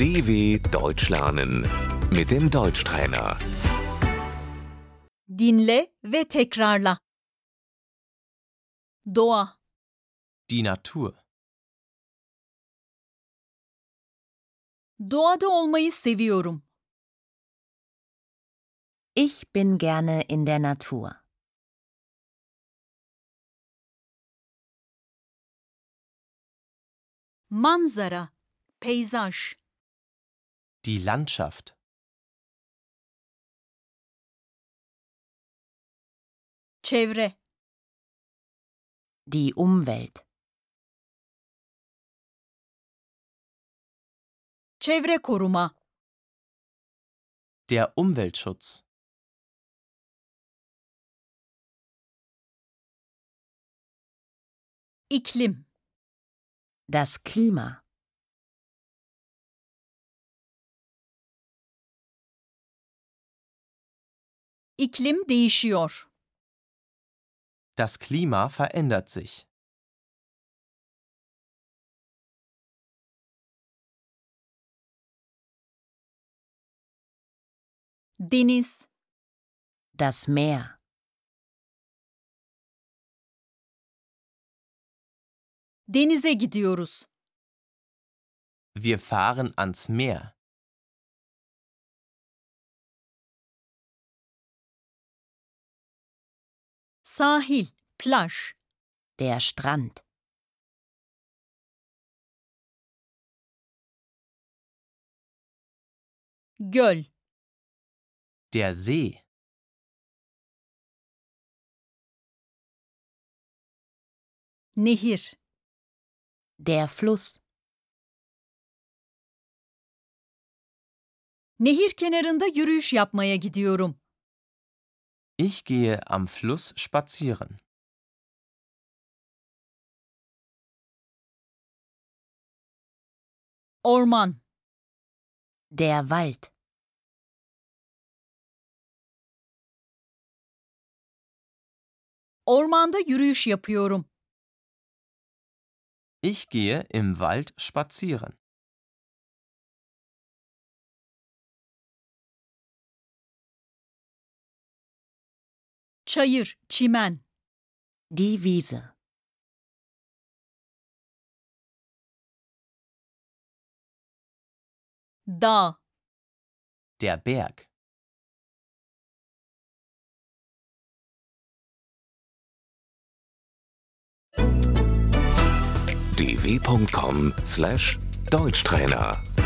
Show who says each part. Speaker 1: DW Deutsch lernen mit dem Deutschtrainer.
Speaker 2: Dinle ve tekrarla. Doğa,
Speaker 3: Die Natur.
Speaker 2: doğada olmayı seviyorum.
Speaker 4: Ich bin gerne in der Natur.
Speaker 2: Manzara, peyzaj,
Speaker 3: Die Landschaft.
Speaker 2: çevre,
Speaker 4: Die Umwelt.
Speaker 2: çevre koruma,
Speaker 3: Der Umweltschutz.
Speaker 2: iklim,
Speaker 4: Das Klima.
Speaker 2: iklim değişiyor.
Speaker 3: Das Klima verändert sich.
Speaker 2: Deniz,
Speaker 4: Das Meer.
Speaker 2: denize gidiyoruz.
Speaker 3: Wir fahren ans Meer.
Speaker 2: Sahil, plaj,
Speaker 4: Der Strand.
Speaker 2: göl,
Speaker 3: Der See.
Speaker 2: nehir,
Speaker 4: Der Fluss.
Speaker 2: nehir kenarında yürüyüş yapmaya gidiyorum.
Speaker 3: Ich gehe am Fluss spazieren.
Speaker 2: Orman,
Speaker 4: Der Wald.
Speaker 2: ormanda yürüyüş yapıyorum.
Speaker 3: Ich gehe im Wald spazieren.
Speaker 2: Çayır, çimen,
Speaker 4: Die Wiese.
Speaker 2: dağ,
Speaker 3: Der Berg.
Speaker 1: dw.com/deutschtrainer